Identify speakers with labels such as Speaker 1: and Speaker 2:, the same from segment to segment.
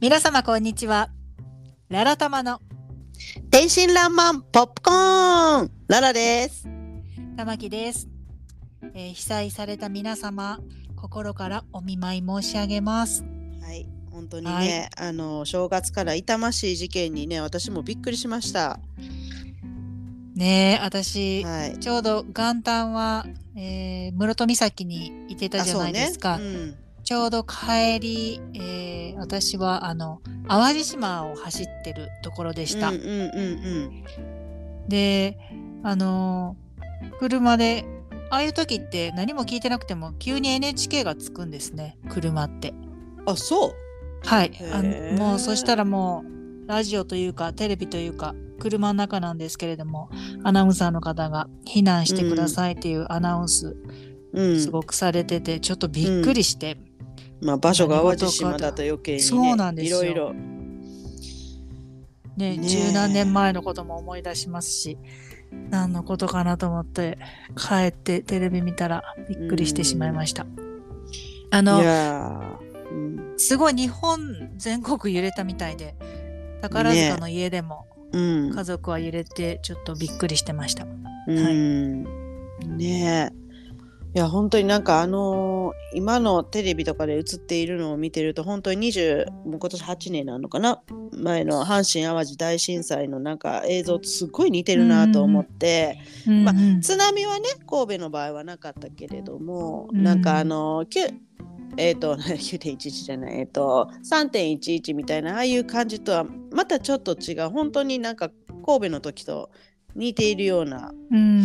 Speaker 1: 皆様こんにちは。ララタマの
Speaker 2: 天真爛漫ポップコーンララです。
Speaker 1: 玉木です、えー被災された皆様、心からお見舞い申し上げます。
Speaker 2: はい、本当にね、あの正月から痛ましい事件にね、私もびっくりしました。
Speaker 1: ねえ、私、
Speaker 2: はい。
Speaker 1: ちょうど元旦は、えー室戸岬にいてたじゃないですか。
Speaker 2: そうね。
Speaker 1: ちょうど帰り、えー私はあの淡路島を走ってるところで
Speaker 2: うん、
Speaker 1: した。
Speaker 2: うんうんうん
Speaker 1: であのー車でああいう時って何も聞いてなくても急に NHK がつくんですね車って。
Speaker 2: うん。あ、そう。
Speaker 1: はい
Speaker 2: へ、
Speaker 1: あ
Speaker 2: ー
Speaker 1: のもうそしたらもうラジオというかテレビというか車の中なんですけれどもアナウンサーの方が避難してくださいっていうアナウンス
Speaker 2: うん、
Speaker 1: すごくされてて、ちょっとびっくりして、
Speaker 2: まあ場所が淡路島だと余計に、ね、
Speaker 1: そうなんですよ
Speaker 2: いろいろ
Speaker 1: ね
Speaker 2: ねえ
Speaker 1: 十何年前のことも思い出しますし何のことかなと思って帰ってテレビ見たらびっくりしてしまいました。あ
Speaker 2: い
Speaker 1: の
Speaker 2: やー、うん
Speaker 1: すごい日本全国揺れたみたいで宝塚の家でも
Speaker 2: うん、
Speaker 1: 家族は揺れてちょっとびっくりしてました。はい
Speaker 2: うんねえいや本当になんかあのー今のテレビとかで映っているのを見てると本当に20もう今年8年なのかな前の阪神・淡路大震災のなんか映像とすっごい似てるなと思って、
Speaker 1: うん
Speaker 2: まあ
Speaker 1: うん
Speaker 2: 津波はね神戸の場合はなかったけれども、
Speaker 1: うん
Speaker 2: なんかあのきゅえー、と 9.11じゃない、えー、と3.11みたいなああいう感じとはまたちょっと違う本当になんか神戸の時と似ているような
Speaker 1: うん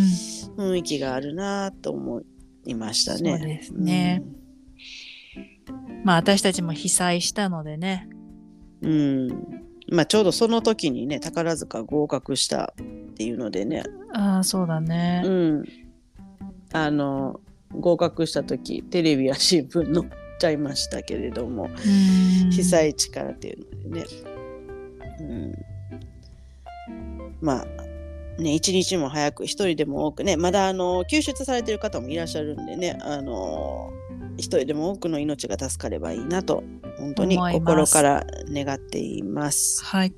Speaker 2: 雰囲気があるなと思いましたね。
Speaker 1: そうですねまあ私たちも被災したのでね。
Speaker 2: うん。うんまあちょうどその時にね宝塚合格したっていうのでね、
Speaker 1: ああそうだね。
Speaker 2: うん、あの合格した時テレビや新聞載っちゃいましたけれども
Speaker 1: うん
Speaker 2: 被災地からっていうのでね、うん、まあね一日も早く一人でも多くねまだあの救出されてる方もいらっしゃるんでねあの一人でも多くの命が助かればいいなと本当に
Speaker 1: 思いま
Speaker 2: 心
Speaker 1: す
Speaker 2: から願っています。
Speaker 1: はい。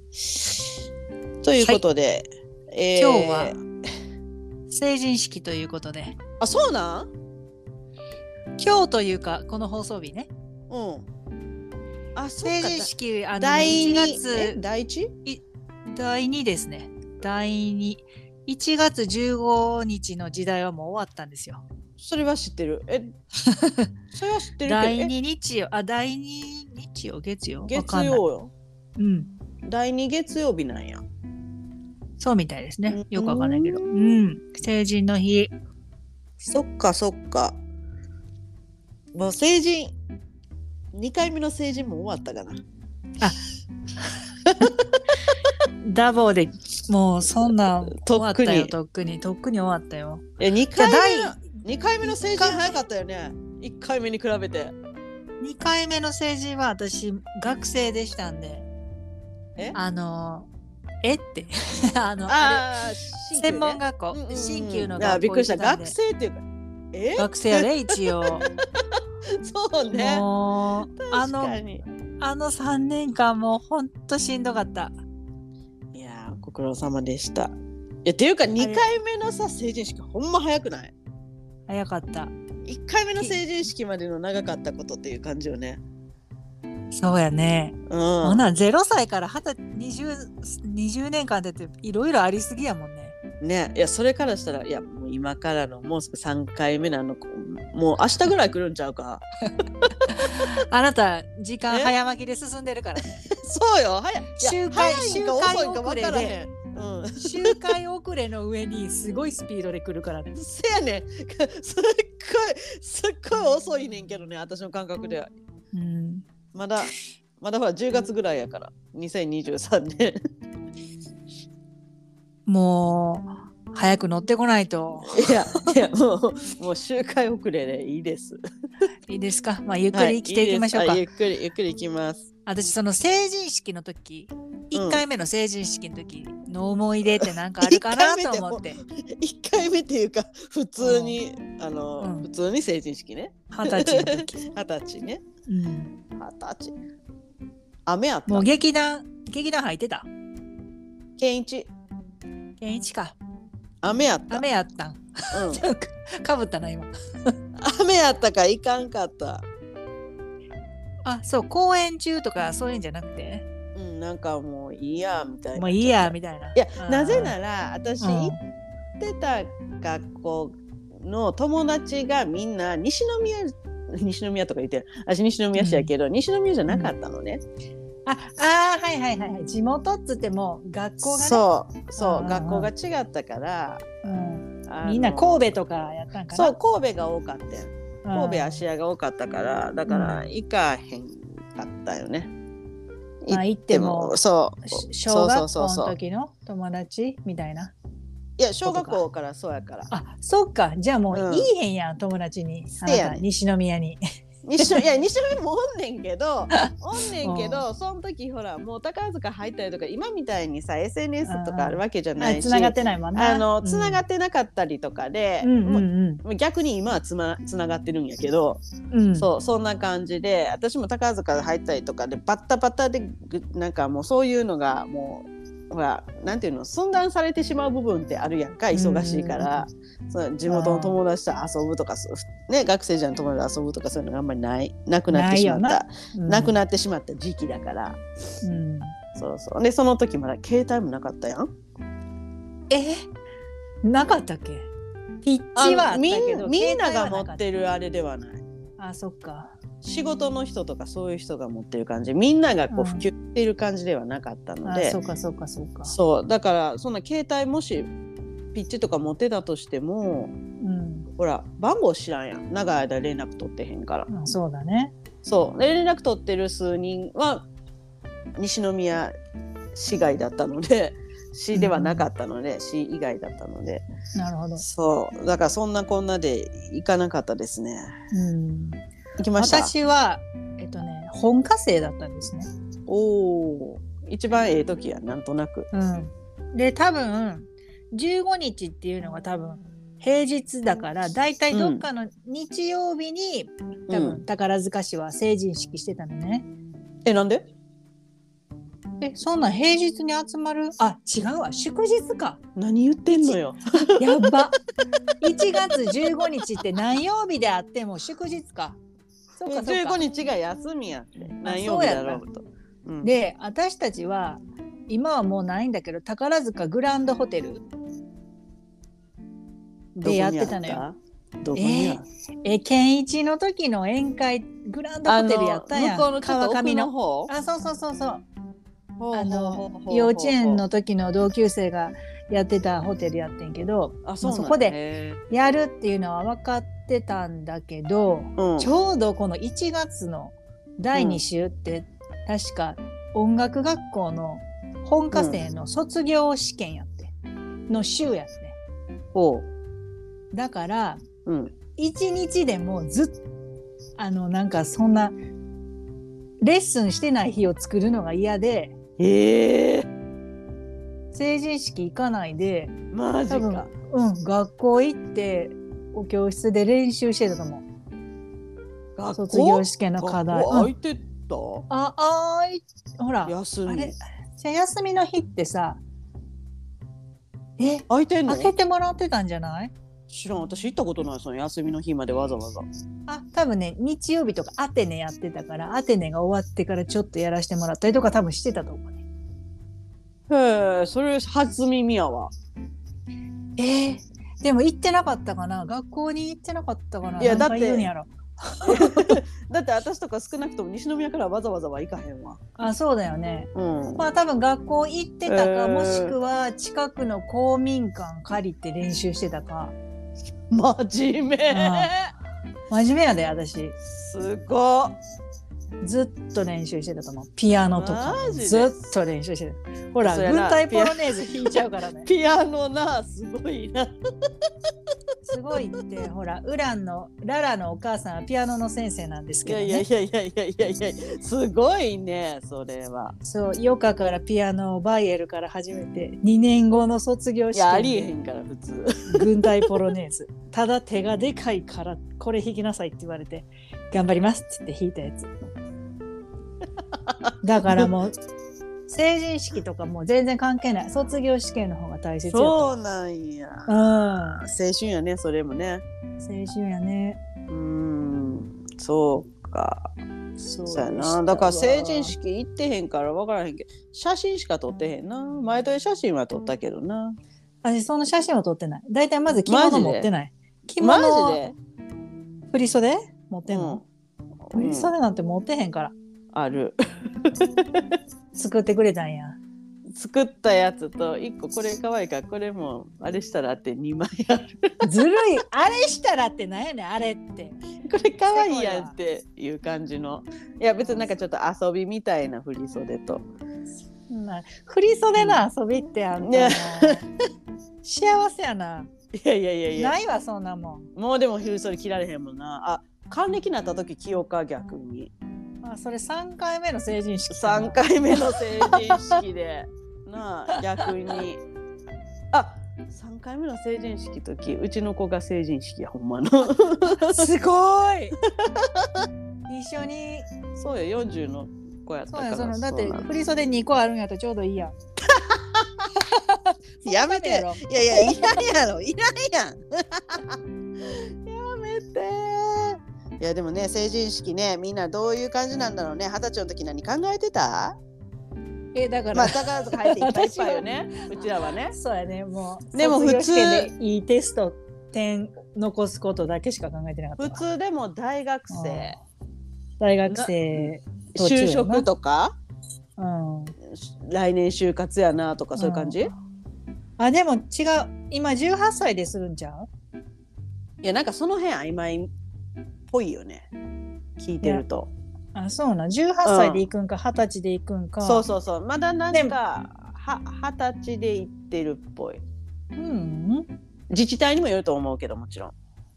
Speaker 2: ということで、えー
Speaker 1: 今日は成人式ということで
Speaker 2: あそうなん
Speaker 1: 今日というかこの放送日ね
Speaker 2: うん。あそ
Speaker 1: 成
Speaker 2: うか
Speaker 1: 人式あの1
Speaker 2: 第2え
Speaker 1: 月
Speaker 2: 第 1?
Speaker 1: 第2ですね第21月15日の時代はもう終わったんですよ
Speaker 2: それは知ってる。 えそれは知ってるけど
Speaker 1: 第2
Speaker 2: え
Speaker 1: 日曜あ第2日曜月曜わか
Speaker 2: 月
Speaker 1: んない
Speaker 2: 曜よ。
Speaker 1: うん
Speaker 2: 第2月曜日なんや。
Speaker 1: そうみたいですねよくわかんないけど
Speaker 2: う
Speaker 1: うんん成人の日
Speaker 2: そっかそっか。もう成人、2回目の成人も終わったかな。
Speaker 1: ダボーでもうそんな終
Speaker 2: と
Speaker 1: わ
Speaker 2: っ
Speaker 1: っ
Speaker 2: く
Speaker 1: たよ
Speaker 2: に。
Speaker 1: とっくにとっくに終わったよ
Speaker 2: え2
Speaker 1: じゃあ
Speaker 2: 回
Speaker 1: 第
Speaker 2: 目の二回目の成人早かったよね。1回目に比べて。
Speaker 1: 2回目の成人は私学生でしたんで
Speaker 2: え
Speaker 1: あのえって あのあ
Speaker 2: ああ、
Speaker 1: れ
Speaker 2: 専
Speaker 1: 専門学校新旧の学校
Speaker 2: びっくりした。
Speaker 1: 行って
Speaker 2: 学
Speaker 1: んで
Speaker 2: 生っていうか。え
Speaker 1: 学生やで一応
Speaker 2: そう ね。
Speaker 1: もうあ
Speaker 2: 確か
Speaker 1: の
Speaker 2: に。
Speaker 1: あの3年間もうほんとしんどかった
Speaker 2: いやー、ご苦労様でした。いや、っていうか、2回目のさ、成人式、ほんま早くない
Speaker 1: 早かった
Speaker 2: ?1 回目の成人式までの長かったことっていう感じよね。
Speaker 1: そうやね、
Speaker 2: うん。
Speaker 1: ほな0歳から20 20, 20年間でっていろいろありすぎやもんね
Speaker 2: ねいやそれからしたらいやもう今からのもうすぐ3回目なのこもう明日ぐらい来るんちゃうか
Speaker 1: あなた時間
Speaker 2: え
Speaker 1: 早まきで進んでるからね
Speaker 2: そうよ早い
Speaker 1: 周
Speaker 2: や
Speaker 1: 回
Speaker 2: 早いんか遅いんか分からへん、うん、
Speaker 1: 周回遅れの上にすごいスピードで来るからね
Speaker 2: せやねん すっごいすっごい遅いねんけどね私の感覚では
Speaker 1: うん
Speaker 2: まだまだほら10月ぐらいやから2023年
Speaker 1: もう早く乗ってこないと
Speaker 2: いやいやもう もう周回遅れでいいです
Speaker 1: いいですか、まあ、ゆっくり生きていきましょうか、
Speaker 2: はいいいですあゆっくりゆっくり行きます
Speaker 1: 私その成人式の時
Speaker 2: うん
Speaker 1: 1回目の成人式の時の思い出ってなんかあるかなと思って
Speaker 2: 1回目ってい うか普通にあの、
Speaker 1: うん
Speaker 2: 普通に成人式ね
Speaker 1: 二十歳の時、
Speaker 2: 二十歳ね
Speaker 1: うん
Speaker 2: 二十歳雨やった
Speaker 1: もう劇団、劇団入ってた。
Speaker 2: 健一
Speaker 1: 健一か。
Speaker 2: 雨やった、
Speaker 1: 雨やったん。
Speaker 2: うん、
Speaker 1: かぶったな、今。
Speaker 2: 雨やったからいかんかった
Speaker 1: あ、そう、公演中とかそういうんじゃなくて、
Speaker 2: うんなんかもういいやみたいな
Speaker 1: もういいや、みたいな。
Speaker 2: いや
Speaker 1: あー
Speaker 2: なぜなら私
Speaker 1: うん
Speaker 2: 行ってた学校の友達がみんな西宮西宮とか言って私西宮市やけど、西宮じゃなかったのね、
Speaker 1: あ、あーはいはいはいはい。地元っつってもう学校がね。
Speaker 2: そうそう
Speaker 1: うん
Speaker 2: 学校が違ったから
Speaker 1: うん
Speaker 2: あの
Speaker 1: みんな神戸とかやったんかな。
Speaker 2: そう神戸が多かったよ神戸
Speaker 1: や
Speaker 2: 芦屋が多かったからだから行かへんかったよね、
Speaker 1: まあ行っても
Speaker 2: そう
Speaker 1: し小
Speaker 2: そうそ
Speaker 1: 学
Speaker 2: う
Speaker 1: 校
Speaker 2: そう
Speaker 1: の
Speaker 2: そう
Speaker 1: 時の友達みたいな。
Speaker 2: いや小学校からそうやから
Speaker 1: あ、そっか。じゃあも
Speaker 2: うん
Speaker 1: ういいへんやん、友達に。
Speaker 2: せやねん
Speaker 1: あなた西宮に。
Speaker 2: 西宮いや西宮もおんねん けどおんねんけどその時ほらもう宝塚入ったりとか今みたいにさ SNS とかあるわけじゃな
Speaker 1: あ、
Speaker 2: いし
Speaker 1: 繋がってないもんな。
Speaker 2: あのつなが
Speaker 1: っ
Speaker 2: ってなかったりとかで、
Speaker 1: てうんうん
Speaker 2: も
Speaker 1: う
Speaker 2: うんもう逆に今はつ,、ま、つながってるんやけど、
Speaker 1: うん。うん
Speaker 2: そうそんな感じで私も宝塚入ったりとかでバッタバタでぐなんかもうそういうのがもうほらなんていうの寸断されてしまう部分ってあるやんか忙しいから、そう地元の友達と遊ぶとかそうね、学生時代の友達と遊ぶとかそういうのがあんまりないなくなってしまった
Speaker 1: ない
Speaker 2: な
Speaker 1: ようん
Speaker 2: くなってしまった時期だから
Speaker 1: うん
Speaker 2: そうそうでその時まだ携帯もなかったやん
Speaker 1: えなかったっけピッチはあった
Speaker 2: み
Speaker 1: けど
Speaker 2: んみんな
Speaker 1: 携
Speaker 2: が
Speaker 1: 帯
Speaker 2: 持
Speaker 1: は
Speaker 2: っ
Speaker 1: か
Speaker 2: てるあれではない。
Speaker 1: たあそっか
Speaker 2: 仕事の人とかそういう人が持ってる感じみんながこ
Speaker 1: う
Speaker 2: うん普及している感じではなかったの
Speaker 1: あ
Speaker 2: で、
Speaker 1: そうかそうかそうか
Speaker 2: そうだからそんな携帯もしピッチとか持ってたとして
Speaker 1: う
Speaker 2: も
Speaker 1: ん
Speaker 2: ほら番号知らんやん長い間連絡取ってへんから、
Speaker 1: うんそうだね
Speaker 2: そうで連絡取ってる数人は西宮市外だったので 市ではなかったので、市以外だったので
Speaker 1: なるほど
Speaker 2: そうだからそんなこんなで行かなかったですね
Speaker 1: うん
Speaker 2: 行きました
Speaker 1: 私はえっとね本科生だったんですね
Speaker 2: おお一番ええ時やなんとなく
Speaker 1: うんで多分15日っていうのが多分平日だからだいたいどっかの日曜日に、多
Speaker 2: うん
Speaker 1: 分宝塚市は成人式してたのね、
Speaker 2: えなんで
Speaker 1: えそんなん平日に集まるあ違うわ祝日か
Speaker 2: 何言ってんのよ
Speaker 1: や ば。1月15日って何曜日であっても祝日か。そうかそうか
Speaker 2: 15。日が休みやって何曜日だろうと。うん
Speaker 1: で私たちは今はもうないんだけど宝塚グランドホテルでやってたのよ。
Speaker 2: どこにあった
Speaker 1: え健一の時の宴会グランド
Speaker 2: あ
Speaker 1: ホテルやったやん
Speaker 2: 向こうのちょっ
Speaker 1: 川
Speaker 2: と奥
Speaker 1: 上
Speaker 2: の
Speaker 1: の。
Speaker 2: 方
Speaker 1: あそうそうそうそうあ
Speaker 2: あ
Speaker 1: の幼稚園の時の同級生がやってたホテルやってんけど
Speaker 2: あそうなん
Speaker 1: そこで
Speaker 2: だへ
Speaker 1: やるっていうのは分かってたんだけど
Speaker 2: ーうん
Speaker 1: ちょうどこの1月の第2週って、確か音楽学校の本科生の卒業試験やって、の週やって
Speaker 2: ほう
Speaker 1: だから
Speaker 2: うん
Speaker 1: 1日でもうずっとあのなんかそんなレッスンしてない日を作るのが嫌で
Speaker 2: へえ
Speaker 1: 成人式行かないで
Speaker 2: マジ
Speaker 1: 多分
Speaker 2: か
Speaker 1: うん学校行ってお教室で練習してたと思う
Speaker 2: 学
Speaker 1: 卒
Speaker 2: 校
Speaker 1: 業試験の課題。
Speaker 2: 学校
Speaker 1: う
Speaker 2: 空
Speaker 1: ん
Speaker 2: いて
Speaker 1: ああーいほら
Speaker 2: た休
Speaker 1: あ
Speaker 2: み
Speaker 1: れじゃあ休みの日ってさえ
Speaker 2: 空いてんの
Speaker 1: 開けてもらってたんじゃない
Speaker 2: 知らん私行ったことないその休みの日までわざわざ
Speaker 1: あ多分ね日曜日とかアテネやってたからアテネが終わってからちょっとやらせてもらったりとか多分してたと思うね
Speaker 2: へえそれ初耳やわ
Speaker 1: えーでも行ってなかったかな学校に行ってなかったかない
Speaker 2: やだって
Speaker 1: 何回言うんやろ
Speaker 2: だって私とか少なくとも西宮からわざわざは行かへんわ。
Speaker 1: あそうだよね
Speaker 2: うん。
Speaker 1: まあ多分学校行ってたか、
Speaker 2: えー
Speaker 1: もしくは近くの公民館借りて練習してたか
Speaker 2: 真面目。
Speaker 1: 真面目やで私
Speaker 2: すごっ。
Speaker 1: ずっと練習してたと思うピアノとか
Speaker 2: マジで
Speaker 1: ずっと練習してたほら
Speaker 2: そうや
Speaker 1: 軍
Speaker 2: な
Speaker 1: 隊ポロネーズ弾いちゃうからね
Speaker 2: ピアノなすごいな。
Speaker 1: すごいってほらウランのララのお母さんはピアノの先生なんです
Speaker 2: い
Speaker 1: けど
Speaker 2: や
Speaker 1: ね
Speaker 2: いやいやいやいやいやいやすごいねそれは。
Speaker 1: そうヨカからピアノをバイエルから始めて2年後の卒業
Speaker 2: い
Speaker 1: 式
Speaker 2: やありえへんから普通。
Speaker 1: 軍隊ポロネーズただ手がでかいからこれ弾きなさいって言われて頑張りますって言って弾いたやつだからもう成人式とかもう全然関係ない卒業試験の方が大切よ
Speaker 2: そ
Speaker 1: と
Speaker 2: うなんや。
Speaker 1: う、ん、青
Speaker 2: 青春やね、それもね。
Speaker 1: 春やね
Speaker 2: うん、そうか。
Speaker 1: そ
Speaker 2: そうやな。だから成人式行ってへんから分からへんけど、写真しか撮ってへんな。毎年写真は撮ったけどな。
Speaker 1: 私その写真を撮ってない大体まず着
Speaker 2: マジ
Speaker 1: 物
Speaker 2: で
Speaker 1: 持ってない着
Speaker 2: マ
Speaker 1: 物
Speaker 2: ジで
Speaker 1: 振り袖持ってんの、
Speaker 2: うん
Speaker 1: 振り袖なんて持ってへんから
Speaker 2: ある。
Speaker 1: 作ってくれたんや
Speaker 2: 作ったやつと1個これ可愛いからこれもあれしたらって2枚あ る
Speaker 1: ずるいあれしたらってなんやねんあれって
Speaker 2: これ可愛いやんっていう感じのいや別になんかちょっと遊びみたいな振り袖と
Speaker 1: まあ振り袖の遊びってあんた
Speaker 2: ね
Speaker 1: 幸せやない
Speaker 2: やいやいやいや
Speaker 1: ないわそんなもん
Speaker 2: もうでも振り袖着られへんもんなあ還暦になった時着ようか逆に
Speaker 1: あそれ3回目の成人式かな
Speaker 2: 3回目の成人式でなあ逆にあ3回目の成人式時うちの子が成人式やほんまの
Speaker 1: すご い一緒に
Speaker 2: そうよ40の子やった
Speaker 1: そう
Speaker 2: か
Speaker 1: や
Speaker 2: ら
Speaker 1: そのだっ
Speaker 2: う
Speaker 1: て
Speaker 2: なの
Speaker 1: 振り袖2個あるんやったらちょうどいいやん
Speaker 2: やめて
Speaker 1: そんなのやろ
Speaker 2: いやいや、いらんやろ、いらんやん。や めていや、でもね、成人式ね、みんなどういう感じなんだろうね、二十歳の時何考えてた。
Speaker 1: えだから、
Speaker 2: まあ、宝塚入っていっぱいいっぱいよね、うちらはね。
Speaker 1: そうやねもう
Speaker 2: でも普通
Speaker 1: 卒業試験でいいテスト点残すことだけしか考えてなかっ
Speaker 2: 普
Speaker 1: たわ
Speaker 2: 通でも大学生、
Speaker 1: 大学生途中や
Speaker 2: 就
Speaker 1: な
Speaker 2: 職とか、
Speaker 1: うん
Speaker 2: 来年就活やなとか、そういう感じ。
Speaker 1: あでも違う今18歳でするんじゃん
Speaker 2: いや、なんかその辺曖昧っぽいよね。聞いてると。
Speaker 1: あそうなん18歳で行くんか二十、歳で行くんか
Speaker 2: そうそうそう、まだな
Speaker 1: で
Speaker 2: ん
Speaker 1: も
Speaker 2: か、は、二十歳で行ってるっぽい。
Speaker 1: ううん
Speaker 2: 自治体にもよると思うけど、もちろん。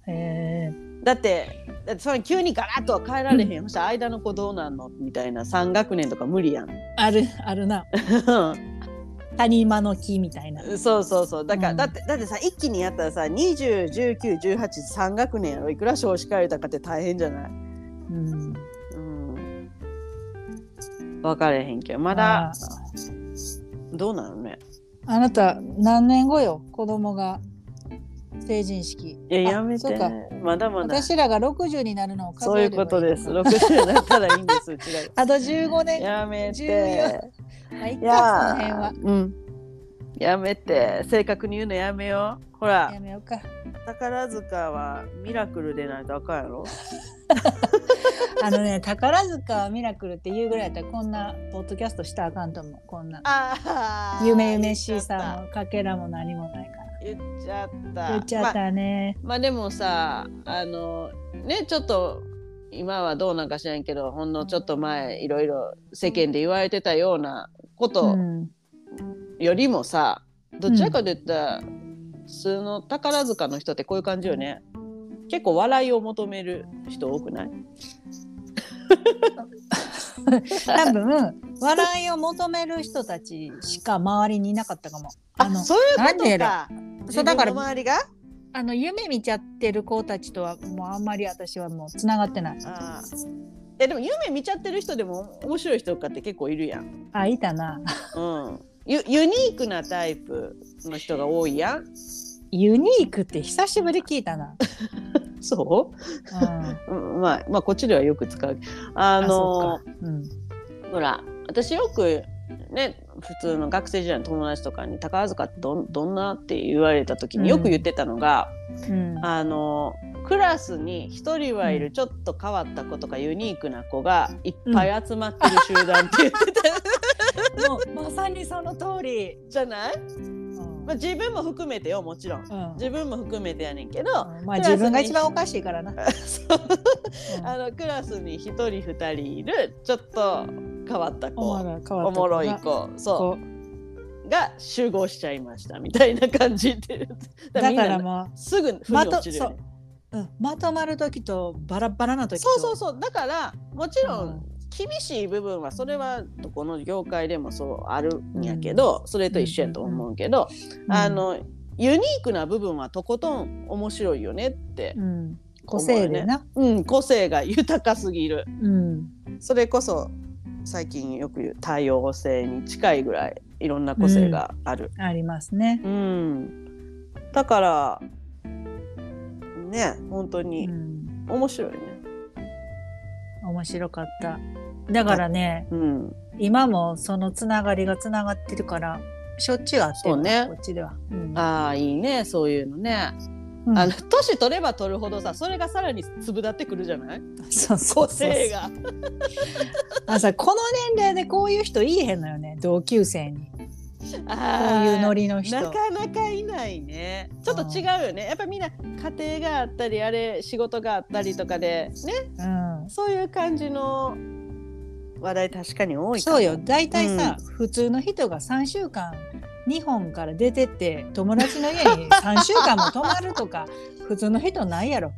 Speaker 1: へえ
Speaker 2: だってだってその急にガラッとは変えられへんそしたら間の子どうなんのみたいな3学年とか無理やん
Speaker 1: あるあるな谷間の木みたいな
Speaker 2: そうそうそうだから、
Speaker 1: うん
Speaker 2: だってだってさ一気にやったらさ2019183学年やろいくら少子化やったかって大変じゃない
Speaker 1: うん
Speaker 2: うん分かれへんけどま
Speaker 1: あ
Speaker 2: だ
Speaker 1: ー
Speaker 2: どうなのね
Speaker 1: あなた何年後よ子供が成人式
Speaker 2: い
Speaker 1: あ
Speaker 2: ややめ
Speaker 1: そ
Speaker 2: て
Speaker 1: うか
Speaker 2: まだまだ
Speaker 1: 私らが60になるのを数
Speaker 2: そうい
Speaker 1: えれ
Speaker 2: う
Speaker 1: ばい
Speaker 2: こ
Speaker 1: い
Speaker 2: とです
Speaker 1: のか
Speaker 2: 60になったらいいんですうちら
Speaker 1: あと15年
Speaker 2: やめ
Speaker 1: 14
Speaker 2: て
Speaker 1: まあいっ
Speaker 2: い
Speaker 1: かその辺
Speaker 2: や
Speaker 1: は
Speaker 2: ーうんやめて正確に言うのやめようほら
Speaker 1: やめようか
Speaker 2: 宝塚はミラクルでないとあかんやろ
Speaker 1: あのね宝塚ミラクルって言うぐらいだったらこんなポッドキャストしたらあかんと思うこんな
Speaker 2: あ
Speaker 1: 夢夢しいさもかけらも何もないから
Speaker 2: 言っちゃった
Speaker 1: 言っちゃっ
Speaker 2: まあ
Speaker 1: たね、
Speaker 2: まあでもさあのねちょっと今はどうなんか知らんけどほんのちょっと前いろいろ世間で言われてたようなこ
Speaker 1: う
Speaker 2: と
Speaker 1: ん
Speaker 2: よりもさ、どちらかといったら、普通の宝塚の人ってこういう感じよね結構笑いを求める人多くない
Speaker 1: 多分笑いを求める人たちしか周りにいなかったかもあの
Speaker 2: ういう
Speaker 1: なんでやろそうだから
Speaker 2: 自分の周りが
Speaker 1: あの夢見ちゃってる子たちとはもうあんまり私はもうつながってない
Speaker 2: ああえでも夢見ちゃってる人でも面白い人とかって結構いるやん、
Speaker 1: あいたな
Speaker 2: うん、ユユニークなタイプの人が多いやん
Speaker 1: ユニークって久しぶり聞いたな、
Speaker 2: そ
Speaker 1: うん、
Speaker 2: う、うんまあ、まあこっちではよく使うあ
Speaker 1: あそ
Speaker 2: の
Speaker 1: っかうん
Speaker 2: ほら私よくね普通の学生時代の友達とかに「宝塚ってどんどんな?」って言われた時によく言ってたのが、
Speaker 1: うん
Speaker 2: あのクラスに一人はいるちょっと変わった子とかユニークな子がいっぱい集まってる集団って言ってた
Speaker 1: もうまさにその通り、
Speaker 2: じゃない、
Speaker 1: うん
Speaker 2: まあ、自分も含めてよもちろん
Speaker 1: うん
Speaker 2: 自分も含めてやねんけど、
Speaker 1: まあ自分が一番おかしいからな、
Speaker 2: そう
Speaker 1: うん
Speaker 2: あのクラスに一人二人いるちょっと変わった子
Speaker 1: お
Speaker 2: お
Speaker 1: も
Speaker 2: も
Speaker 1: ろい変わった子が
Speaker 2: ろい子そ
Speaker 1: こう
Speaker 2: うが集合しちゃいましたみたいな感じで
Speaker 1: だか
Speaker 2: みんな
Speaker 1: らも
Speaker 2: すぐ
Speaker 1: う
Speaker 2: 腑
Speaker 1: ま
Speaker 2: に
Speaker 1: と
Speaker 2: 落
Speaker 1: そ
Speaker 2: ちるよね
Speaker 1: う、うん、まとまる時とバラバラな時と
Speaker 2: そうそうそうだからもちろ
Speaker 1: うん
Speaker 2: ん厳しい部分はそれはどこの業界でもそうあるんやけど、それと一緒やと思うけど、
Speaker 1: うん
Speaker 2: あ、のユニークな部分はとことん面白いよねって
Speaker 1: う、ん、個性でな、
Speaker 2: うん、個性が豊かすぎる
Speaker 1: うん
Speaker 2: それこそ最近よく言う多様性に近いぐらいいろんな個性がある。
Speaker 1: ありますね。
Speaker 2: うん、だからね本当
Speaker 1: う
Speaker 2: に
Speaker 1: ん、
Speaker 2: 面白いね。
Speaker 1: 面白かった。だからね、
Speaker 2: うん、
Speaker 1: 今もそのつながりがつながってるから、しょっちゅうあって
Speaker 2: そうね
Speaker 1: こっちでは。うん
Speaker 2: ああいいねそういうのね。
Speaker 1: うん
Speaker 2: あの年取れば取るほどさそれがさらに粒立ってくるじゃない
Speaker 1: そうそ
Speaker 2: 個
Speaker 1: うそう
Speaker 2: 性が。
Speaker 1: あのさこの年齢でこういう人いいへんのよね同級生にこう
Speaker 2: あ
Speaker 1: い
Speaker 2: ー
Speaker 1: うノリの人
Speaker 2: なかなかいないねちょっと違うよねやっぱみんな家庭があったりあれ仕事があったりとかでね
Speaker 1: うん
Speaker 2: そういう感じの話題確かに多いかも
Speaker 1: そうよ大体さ、普通の人が3週間日本から出てって友達の家 に3週間も泊まるとか普通の人ないやろ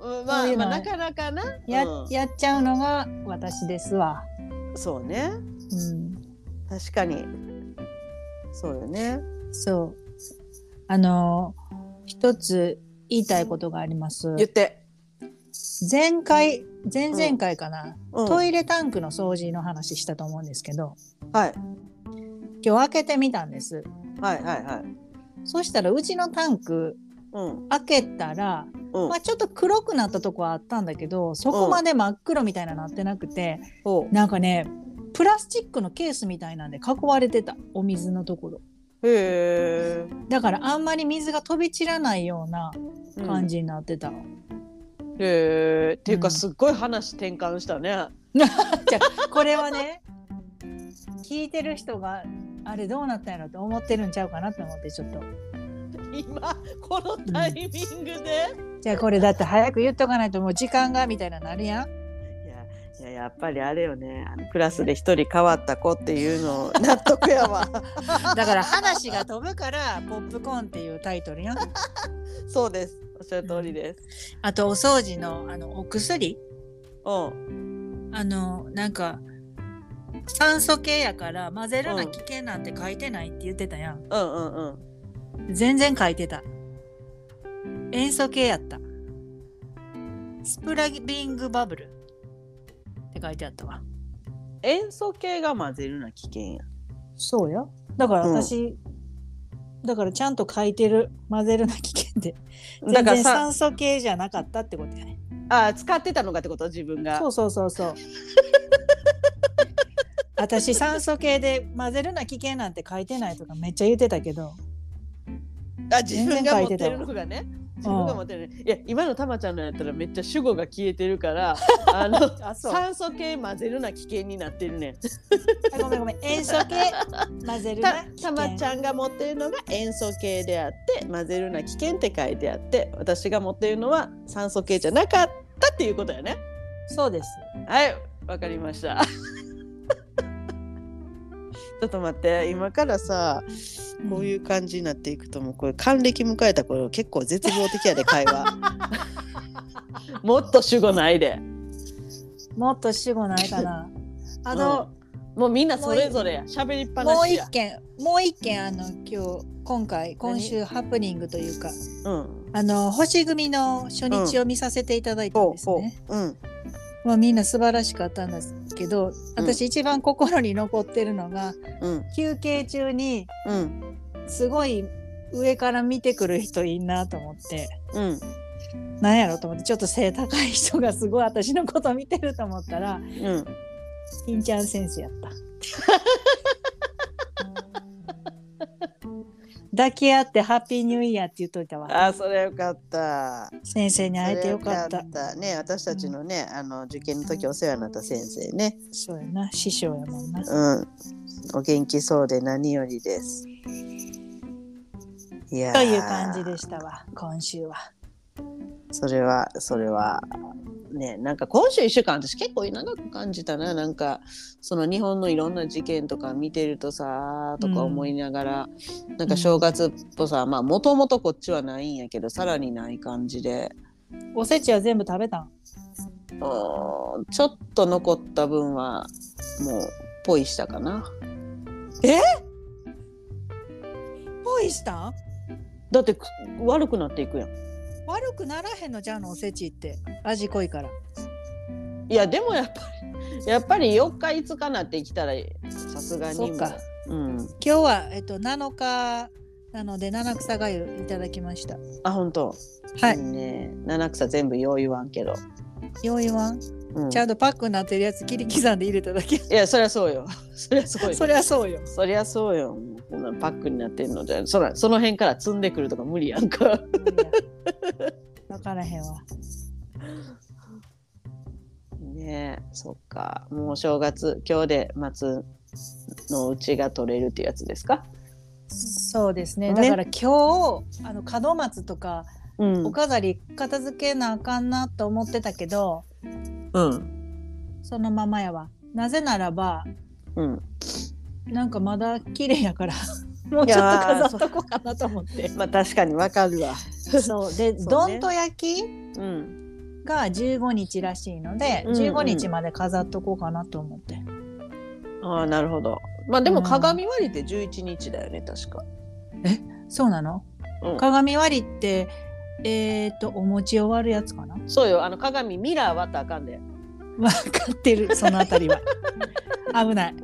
Speaker 2: うんま
Speaker 1: そうい
Speaker 2: あ
Speaker 1: う
Speaker 2: ま
Speaker 1: のは
Speaker 2: あなかなかな
Speaker 1: や,、
Speaker 2: うん
Speaker 1: やっちゃうのが私ですわ、
Speaker 2: そうね
Speaker 1: うん、
Speaker 2: 確かにそうよね
Speaker 1: そうあの一つ言いたいことがあります
Speaker 2: 言って、
Speaker 1: 前回前々回かな、
Speaker 2: うん
Speaker 1: トイレタンクの掃除の話したと思うんですけど
Speaker 2: はい
Speaker 1: 今日開けてみたんです
Speaker 2: はいはいはい
Speaker 1: そしたらうちのタンク
Speaker 2: うん
Speaker 1: 開けたら、
Speaker 2: うん、
Speaker 1: まあ、ちょっと黒くなったとこはあったんだけどそこまで真っ黒みたいなのなってなくて、
Speaker 2: ほ
Speaker 1: なんかねプラスチックのケースみたいなんで囲われてたお水のところ
Speaker 2: うへ
Speaker 1: だからあんまり水が飛び散らないような
Speaker 2: え
Speaker 1: 感じになってた、
Speaker 2: へえっていう
Speaker 1: う
Speaker 2: か
Speaker 1: ん
Speaker 2: すっごい話転換したね。
Speaker 1: じゃあこれはね聞いてる人があれどうなったんやろって思ってるんちゃうかなって思ってちょっと
Speaker 2: 今このタイミングで、
Speaker 1: じゃあこれだって早く言っとかないともう時間がみたいなのなるやん
Speaker 2: いやいややっぱりあれよねあのクラスで一人変わった子っていうの納得やわ
Speaker 1: だから話が飛ぶから「ポップコーン」っていうタイトルやん
Speaker 2: そうですおっしゃる通りです
Speaker 1: あとお掃除のあのお薬
Speaker 2: うん
Speaker 1: あのなんか酸素系やから混ぜるな危険なんて書いてないって言ってたやん、
Speaker 2: うんうんうん
Speaker 1: 全然書いてた塩素系やったスプラビングバブルって書いてあったわ
Speaker 2: 塩素系が混ぜるな危険や
Speaker 1: そうやだから私、だからちゃんと書いてる混ぜるな危険 で
Speaker 2: だ
Speaker 1: 全
Speaker 2: から
Speaker 1: 然
Speaker 2: さ
Speaker 1: 酸素系じゃなかったってことやね
Speaker 2: あ使ってたのかってこと自分が
Speaker 1: そうそうそうそう。 私酸素系で混ぜるな危険なんて書いてないとかめっちゃ言ってたけど
Speaker 2: あ自分が持
Speaker 1: 全然
Speaker 2: っ
Speaker 1: 書いてた
Speaker 2: てるのがね自分が持ってる、ね、いや今のたまちゃんのやったらめっちゃ主語が消えてるからあの
Speaker 1: あそう
Speaker 2: 酸素系混ぜるな危険になってるねん
Speaker 1: あごめんご めん塩素系混ぜるな
Speaker 2: た
Speaker 1: 危
Speaker 2: た
Speaker 1: 険
Speaker 2: まちゃんが持っているのが塩素系であって混ぜるな危険って書いてあって私が持っているのは酸素系じゃなかったっていうことやね
Speaker 1: そうです
Speaker 2: はいわかりました ちょっと待って今からさこういう感じになっていくともうこれ還暦迎えた頃結構絶望的やで 会話もっと主語ないで
Speaker 1: もっと主語ないか なあの、
Speaker 2: もうみんなそれぞれや喋りっぱ
Speaker 1: も
Speaker 2: な
Speaker 1: う
Speaker 2: し
Speaker 1: 一
Speaker 2: や
Speaker 1: 件もう一件あの今日今回今週ハプニングというか
Speaker 2: うん
Speaker 1: あの星組の初日を見させていただいたんですね、
Speaker 2: ううん
Speaker 1: まあみんな素晴らしかったんですけど私一番心に残ってるのが、
Speaker 2: うん
Speaker 1: 休憩中に
Speaker 2: うん
Speaker 1: すごい上から見てくる人いいなと思って
Speaker 2: うん
Speaker 1: なんやろと思ってちょっと背高い人がすごい私のこと見てると思ったら
Speaker 2: うん
Speaker 1: 金ちゃん先生やった抱き合ってハッピーニューイヤーって言っといたわ
Speaker 2: あーそれよかった。
Speaker 1: 先生に会えてよかった
Speaker 2: それよかね私たちのね、あの受験の時お世話になった先生ね。
Speaker 1: そうやな師匠やもんな
Speaker 2: うん。お元気そうで何よりです。いやー
Speaker 1: という感じでしたわ今週は
Speaker 2: それはそれはねなんか今週1週間私結構長く感じたななんかその日本のいろんな事件とか見てるとさとか思いながら、なんか正月っぽさまあもともとこっちはないんやけどさらにない感じで。
Speaker 1: おせちは全部食べたん
Speaker 2: うーんちょっと残った分はもうポイしたかな
Speaker 1: ポイしたん
Speaker 2: だってく悪くなっていくやん
Speaker 1: 悪くならへんのじゃあのおせちって味濃いから
Speaker 2: いやでもやっぱりやっぱり4日5日なってきたらさすがに
Speaker 1: そっか
Speaker 2: もう、うん、
Speaker 1: 今日は、えっと、7日なので七草がゆいただきました
Speaker 2: あ本当
Speaker 1: はいい
Speaker 2: ね七草全部よう言わんけど、
Speaker 1: 用意は
Speaker 2: うん、
Speaker 1: ちゃんとパックになってるやつ切り刻んで入れただけ
Speaker 2: いやそりゃそうよ そりゃそうよ
Speaker 1: そりゃそうよ
Speaker 2: そりゃそうよもうこんなのパックになってんのじゃそらその辺から積んでくるとか無理やんか
Speaker 1: 分からへんわ
Speaker 2: ねえそっかもう正月今日で松のうちが取れるっていうやつですか
Speaker 1: そうですね
Speaker 2: ね
Speaker 1: だから今日あの門松とか
Speaker 2: うん
Speaker 1: お飾り片付けなあかんなと思ってたけど
Speaker 2: うん
Speaker 1: そのままやわなぜならば
Speaker 2: うん
Speaker 1: なんかまだ綺麗や からもう
Speaker 2: い
Speaker 1: ちょっと
Speaker 2: やー
Speaker 1: 飾っとこうかなと思って
Speaker 2: まあ確かにわかるわ
Speaker 1: そうで
Speaker 2: そうね
Speaker 1: どんと焼き
Speaker 2: うん
Speaker 1: が15日らしいので、
Speaker 2: うんうん
Speaker 1: 15日まで飾っとこうかなと思って
Speaker 2: ああなるほどまあでも
Speaker 1: うん
Speaker 2: 鏡割りって11日だよね確か
Speaker 1: そうなの、
Speaker 2: うん
Speaker 1: 鏡割りってえっとお餅を割るやつかな
Speaker 2: そうよあの鏡ミラー割ったらあかんで
Speaker 1: 分かってるそのあたり は危ない
Speaker 2: ミ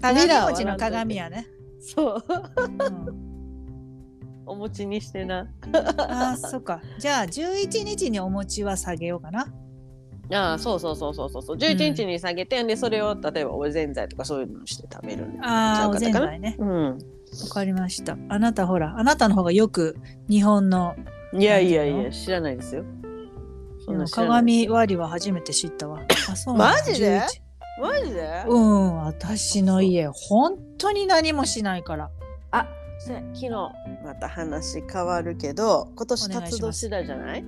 Speaker 1: 鏡
Speaker 2: ラーは
Speaker 1: 餅の鏡やね、
Speaker 2: そう
Speaker 1: うん、
Speaker 2: お餅にしてな
Speaker 1: あーそっかじゃあ11日にお餅は下げようかな
Speaker 2: ああそうそうそうそうそうそう11日に下げて、ん、でそれを例えばおぜんざいとかそういうのにして食べるんで
Speaker 1: あーおぜ
Speaker 2: ちゃうんかったかな
Speaker 1: ざいね
Speaker 2: うん
Speaker 1: わかりましたあなたほらあなたの方がよく日本の
Speaker 2: いやいや
Speaker 1: ないんていう
Speaker 2: や、知らないですよ。そんな知らない
Speaker 1: 鏡割りは初めて知ったわあそうなんだ
Speaker 2: マジで
Speaker 1: 11
Speaker 2: マジで、
Speaker 1: うん、私の家、本当に何もしないから。
Speaker 2: あ、せ、昨日、また話変わるけど、今年
Speaker 1: お願い
Speaker 2: 辰
Speaker 1: します
Speaker 2: 年だじゃない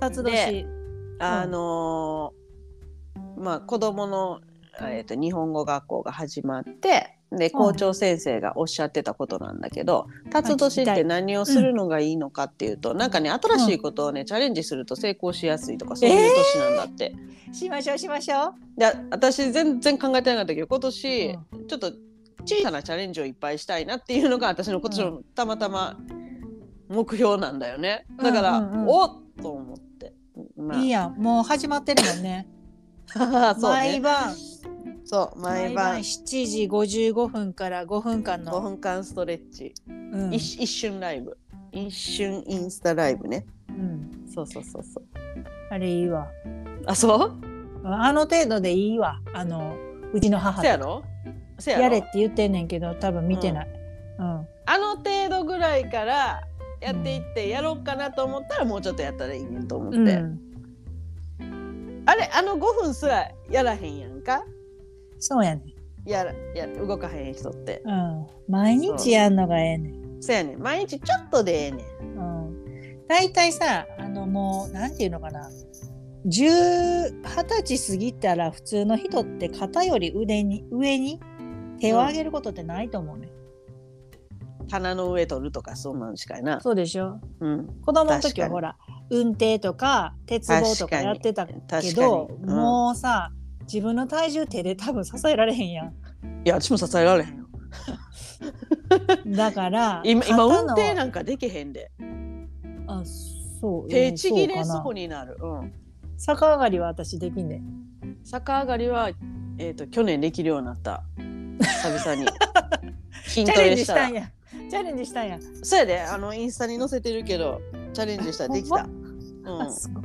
Speaker 1: 辰
Speaker 2: で
Speaker 1: 年。
Speaker 2: あのーまあ、子供の、えっ、と、日本語学校が始まって、で、校長先生がおっしゃってたことなんだけど、辰
Speaker 1: 聞
Speaker 2: 年っ
Speaker 1: きた
Speaker 2: て
Speaker 1: い
Speaker 2: 何をするのがいいのかっていうと、なんかね、新しいことをね、チャレンジすると成功しやすいとか、そういう年なんだって。
Speaker 1: しましょうしましょう。
Speaker 2: で私全然考えてなかったけど今年、
Speaker 1: う
Speaker 2: ちょっと小さなチャレンジをいっぱいしたいなっていうのが私の今年のたまたま目標なんだよねだから、
Speaker 1: うんうんうん
Speaker 2: おっと思って、まあ、
Speaker 1: いいやん、もう始まってるもんね。
Speaker 2: そう
Speaker 1: 毎
Speaker 2: ね
Speaker 1: 晩、
Speaker 2: そう毎
Speaker 1: 毎晩
Speaker 2: 晩
Speaker 1: 7時55分から5分間
Speaker 2: 5
Speaker 1: の。
Speaker 2: 分間ストレッチ、
Speaker 1: うん
Speaker 2: 一一瞬ライブ一瞬インスタライブね
Speaker 1: うん
Speaker 2: そうそうそうそう
Speaker 1: あれいいわ。
Speaker 2: あそう
Speaker 1: あの程度でいいわ。あの、うちの母
Speaker 2: せやろせやろ
Speaker 1: やれって言ってんねんけど、多分見てない。うん。
Speaker 2: あの程度ぐらいからやっていってやろうかなと思ったらもうちょっとやったらいいねんと思って、
Speaker 1: うん
Speaker 2: あれあの5分すらやらへんやんか
Speaker 1: そうやねん。
Speaker 2: やらや動かへん人って
Speaker 1: うん。毎日やんのがええねん。
Speaker 2: そやねん毎日ちょっとでええねん
Speaker 1: うん大体さあのもうなんていうのかな10 20歳過ぎたら普通の人って肩より腕に上に手を上げることってないと思うね、
Speaker 2: 棚の上取るとかそんなんしかいな
Speaker 1: そうでしょ
Speaker 2: うん
Speaker 1: 子供の時は
Speaker 2: 確かに
Speaker 1: ほら運転とか鉄棒と
Speaker 2: 確か
Speaker 1: か
Speaker 2: に
Speaker 1: やってたけ
Speaker 2: 確かに、
Speaker 1: ど、
Speaker 2: うん
Speaker 1: もうさ自分の体重手で多分支えられへんやん
Speaker 2: いや私も支えられへんよ
Speaker 1: だから
Speaker 2: 今今
Speaker 1: 肩
Speaker 2: 運
Speaker 1: の
Speaker 2: 転なんかできへんで
Speaker 1: あそう
Speaker 2: 手
Speaker 1: うん
Speaker 2: ちぎれ
Speaker 1: そうかな
Speaker 2: そうになるうん
Speaker 1: 逆上がりは私できんね
Speaker 2: 逆上がりはえっ、と去年できるようになった久 々に筋
Speaker 1: チ
Speaker 2: ト
Speaker 1: ャレン
Speaker 2: レ
Speaker 1: ジし
Speaker 2: した
Speaker 1: た
Speaker 2: ら
Speaker 1: んやチャレンジしたんや
Speaker 2: そうやであのインスタに載せてるけどチャレンジしたらできた、
Speaker 1: あ
Speaker 2: うん、
Speaker 1: あすごい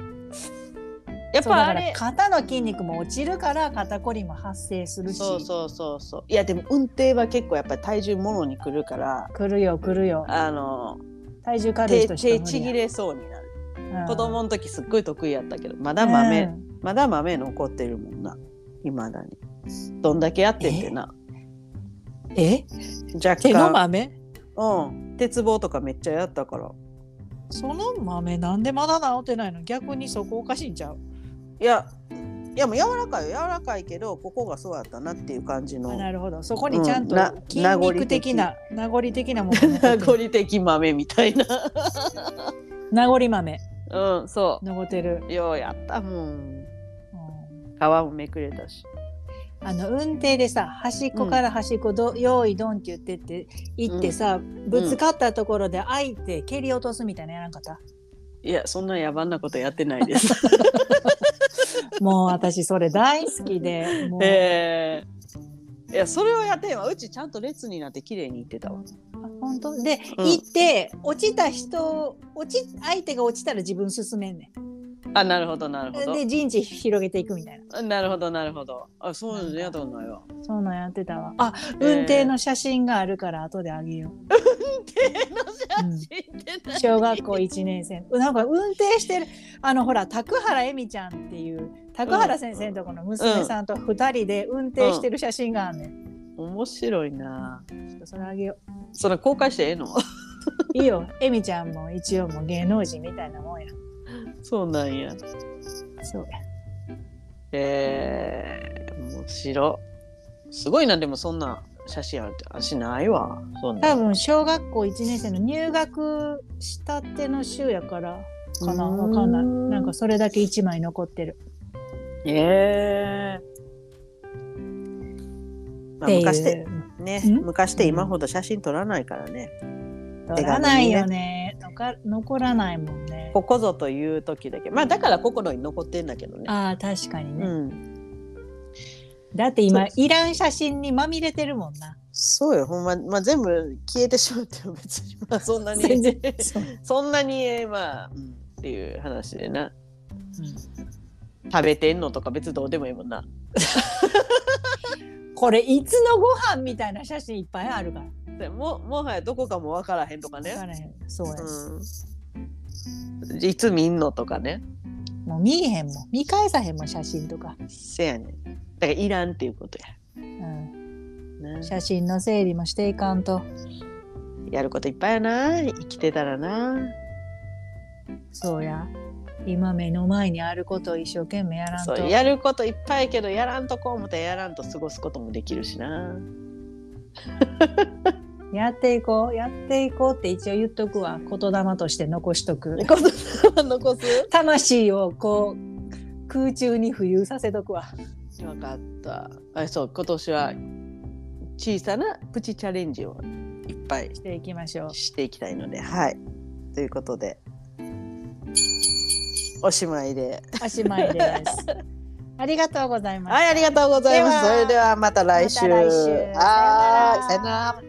Speaker 2: やっ
Speaker 1: そうだ
Speaker 2: ぱあ
Speaker 1: か
Speaker 2: れ
Speaker 1: ら肩の筋肉も落ちるから肩こりも発生するし
Speaker 2: そうそうそうそういやでも運転は結構やっぱり体重ものにくるから
Speaker 1: くるよくるよ
Speaker 2: あの
Speaker 1: 体重軽い
Speaker 2: 手
Speaker 1: 人しか無理
Speaker 2: 手
Speaker 1: や
Speaker 2: ちぎ、れそうになる、
Speaker 1: うん
Speaker 2: 子供の時すっごい得意やったけどまだ
Speaker 1: う
Speaker 2: 豆、
Speaker 1: ん
Speaker 2: まだ豆残ってるもんないまだにどんだけやってんってな
Speaker 1: え
Speaker 2: 若干
Speaker 1: 手の豆
Speaker 2: うん鉄棒とかめっちゃやったから
Speaker 1: その豆なんでまだ治ってないの逆にそこおかしいんちゃう
Speaker 2: いやいやもう柔らかいよ柔らかいけどここがそうやったなっていう感じ
Speaker 1: あ
Speaker 2: の
Speaker 1: なるほどそこにちゃんと
Speaker 2: うんな
Speaker 1: 筋肉的な名残的なものが残っ
Speaker 2: 名
Speaker 1: て
Speaker 2: 残
Speaker 1: る
Speaker 2: 的豆みたいな
Speaker 1: 名残豆
Speaker 2: うんそ
Speaker 1: 残ってる、
Speaker 2: うようやったもん
Speaker 1: うん
Speaker 2: 皮もめくれたし
Speaker 1: あの運転でさ端っこから端っこど、用意ドンって言ってって行ってさ、ぶつかったところで開いて蹴り落とすみたいなやらんかった
Speaker 2: いやそんな野蛮なことやってないです
Speaker 1: もう私それ大好き で、もう
Speaker 2: ええいやそれをやってんわうちちゃんと列になって綺麗に行ってたわ
Speaker 1: 本当で、
Speaker 2: うん
Speaker 1: 行って落ちた人落ち相手が落ちたら自分進めんね
Speaker 2: あなるほどなるほ
Speaker 1: ん。で陣地広げていくみたいな。
Speaker 2: どなるほどなるほどあそういうのやったことないわ
Speaker 1: そうなんやってたわ。あ、
Speaker 2: えー
Speaker 1: 運転の写真があるから後であげよ
Speaker 2: の写真って
Speaker 1: う。
Speaker 2: 何
Speaker 1: 小学校1年生。なんか運転してる、あのほら、卓原恵美ちゃんっていう、卓原先生のとこの娘さんと2人で運転してる写真があんねん。
Speaker 2: 面白いな
Speaker 1: ちょっとそれあげよ
Speaker 2: それ公開してええの
Speaker 1: う。いいよ。恵美ちゃんも一応もう芸能人みたいなもんや。
Speaker 2: そうなんや
Speaker 1: そうや。
Speaker 2: ええ面白すごいなでもそんな写真あるって足ないわそんな
Speaker 1: 多分小学校1年生の入学したての週やからかな。わかんない。なんかそれだけ1枚残ってる。
Speaker 2: ええまあ、昔ってね
Speaker 1: うん
Speaker 2: 昔って今ほど写真撮らないからね、
Speaker 1: 取らないよね。のか残らないもんね。
Speaker 2: ここぞという時だけまあだから心に残ってんだけどね
Speaker 1: ああ確かに
Speaker 2: う
Speaker 1: ね、
Speaker 2: ん
Speaker 1: だって今
Speaker 2: そ
Speaker 1: いらん写真にまみれてるもんな
Speaker 2: そうよほんま、まあ、全部消えてしまっても別に、まあ、そんな
Speaker 1: 全
Speaker 2: に
Speaker 1: 然そう、
Speaker 2: そんなにえーまあ、うんっていう話でな食べてんのとか別にどうでもいいもんな
Speaker 1: これいつのご飯みたいな写真いっぱいあるから
Speaker 2: でももはやどこかもわからへんとか
Speaker 1: 分
Speaker 2: ね
Speaker 1: からへんそうや、
Speaker 2: うんいつ見んのとかね
Speaker 1: もう見えへんもん見返さへんもん写真とか、
Speaker 2: せやねんだからいらんっていうことや
Speaker 1: うん、
Speaker 2: な
Speaker 1: 写真の整理もしていかんと
Speaker 2: やることいっぱいやな生きてたらな
Speaker 1: そうや今目の前にあることを一生懸命やらんと
Speaker 2: そうやることいっぱいやけどやらんとこう思ったらやらんと過ごすこともできるしな
Speaker 1: やっていこうやっていこうって一応言っとくわ言霊として残しとく
Speaker 2: 言葉 残す
Speaker 1: 魂をこう空中に浮遊させとくわ
Speaker 2: 分かったあそう今年は小さなプチチャレンジをいっぱい
Speaker 1: していきましょう
Speaker 2: していきたいのではいということでおしまいで
Speaker 1: おしまい です。ありがとうございました。
Speaker 2: はいありがとうございます
Speaker 1: では
Speaker 2: それではまた来週
Speaker 1: また来週
Speaker 2: はーい
Speaker 1: さ
Speaker 2: さ
Speaker 1: よ
Speaker 2: よ
Speaker 1: なら
Speaker 2: なら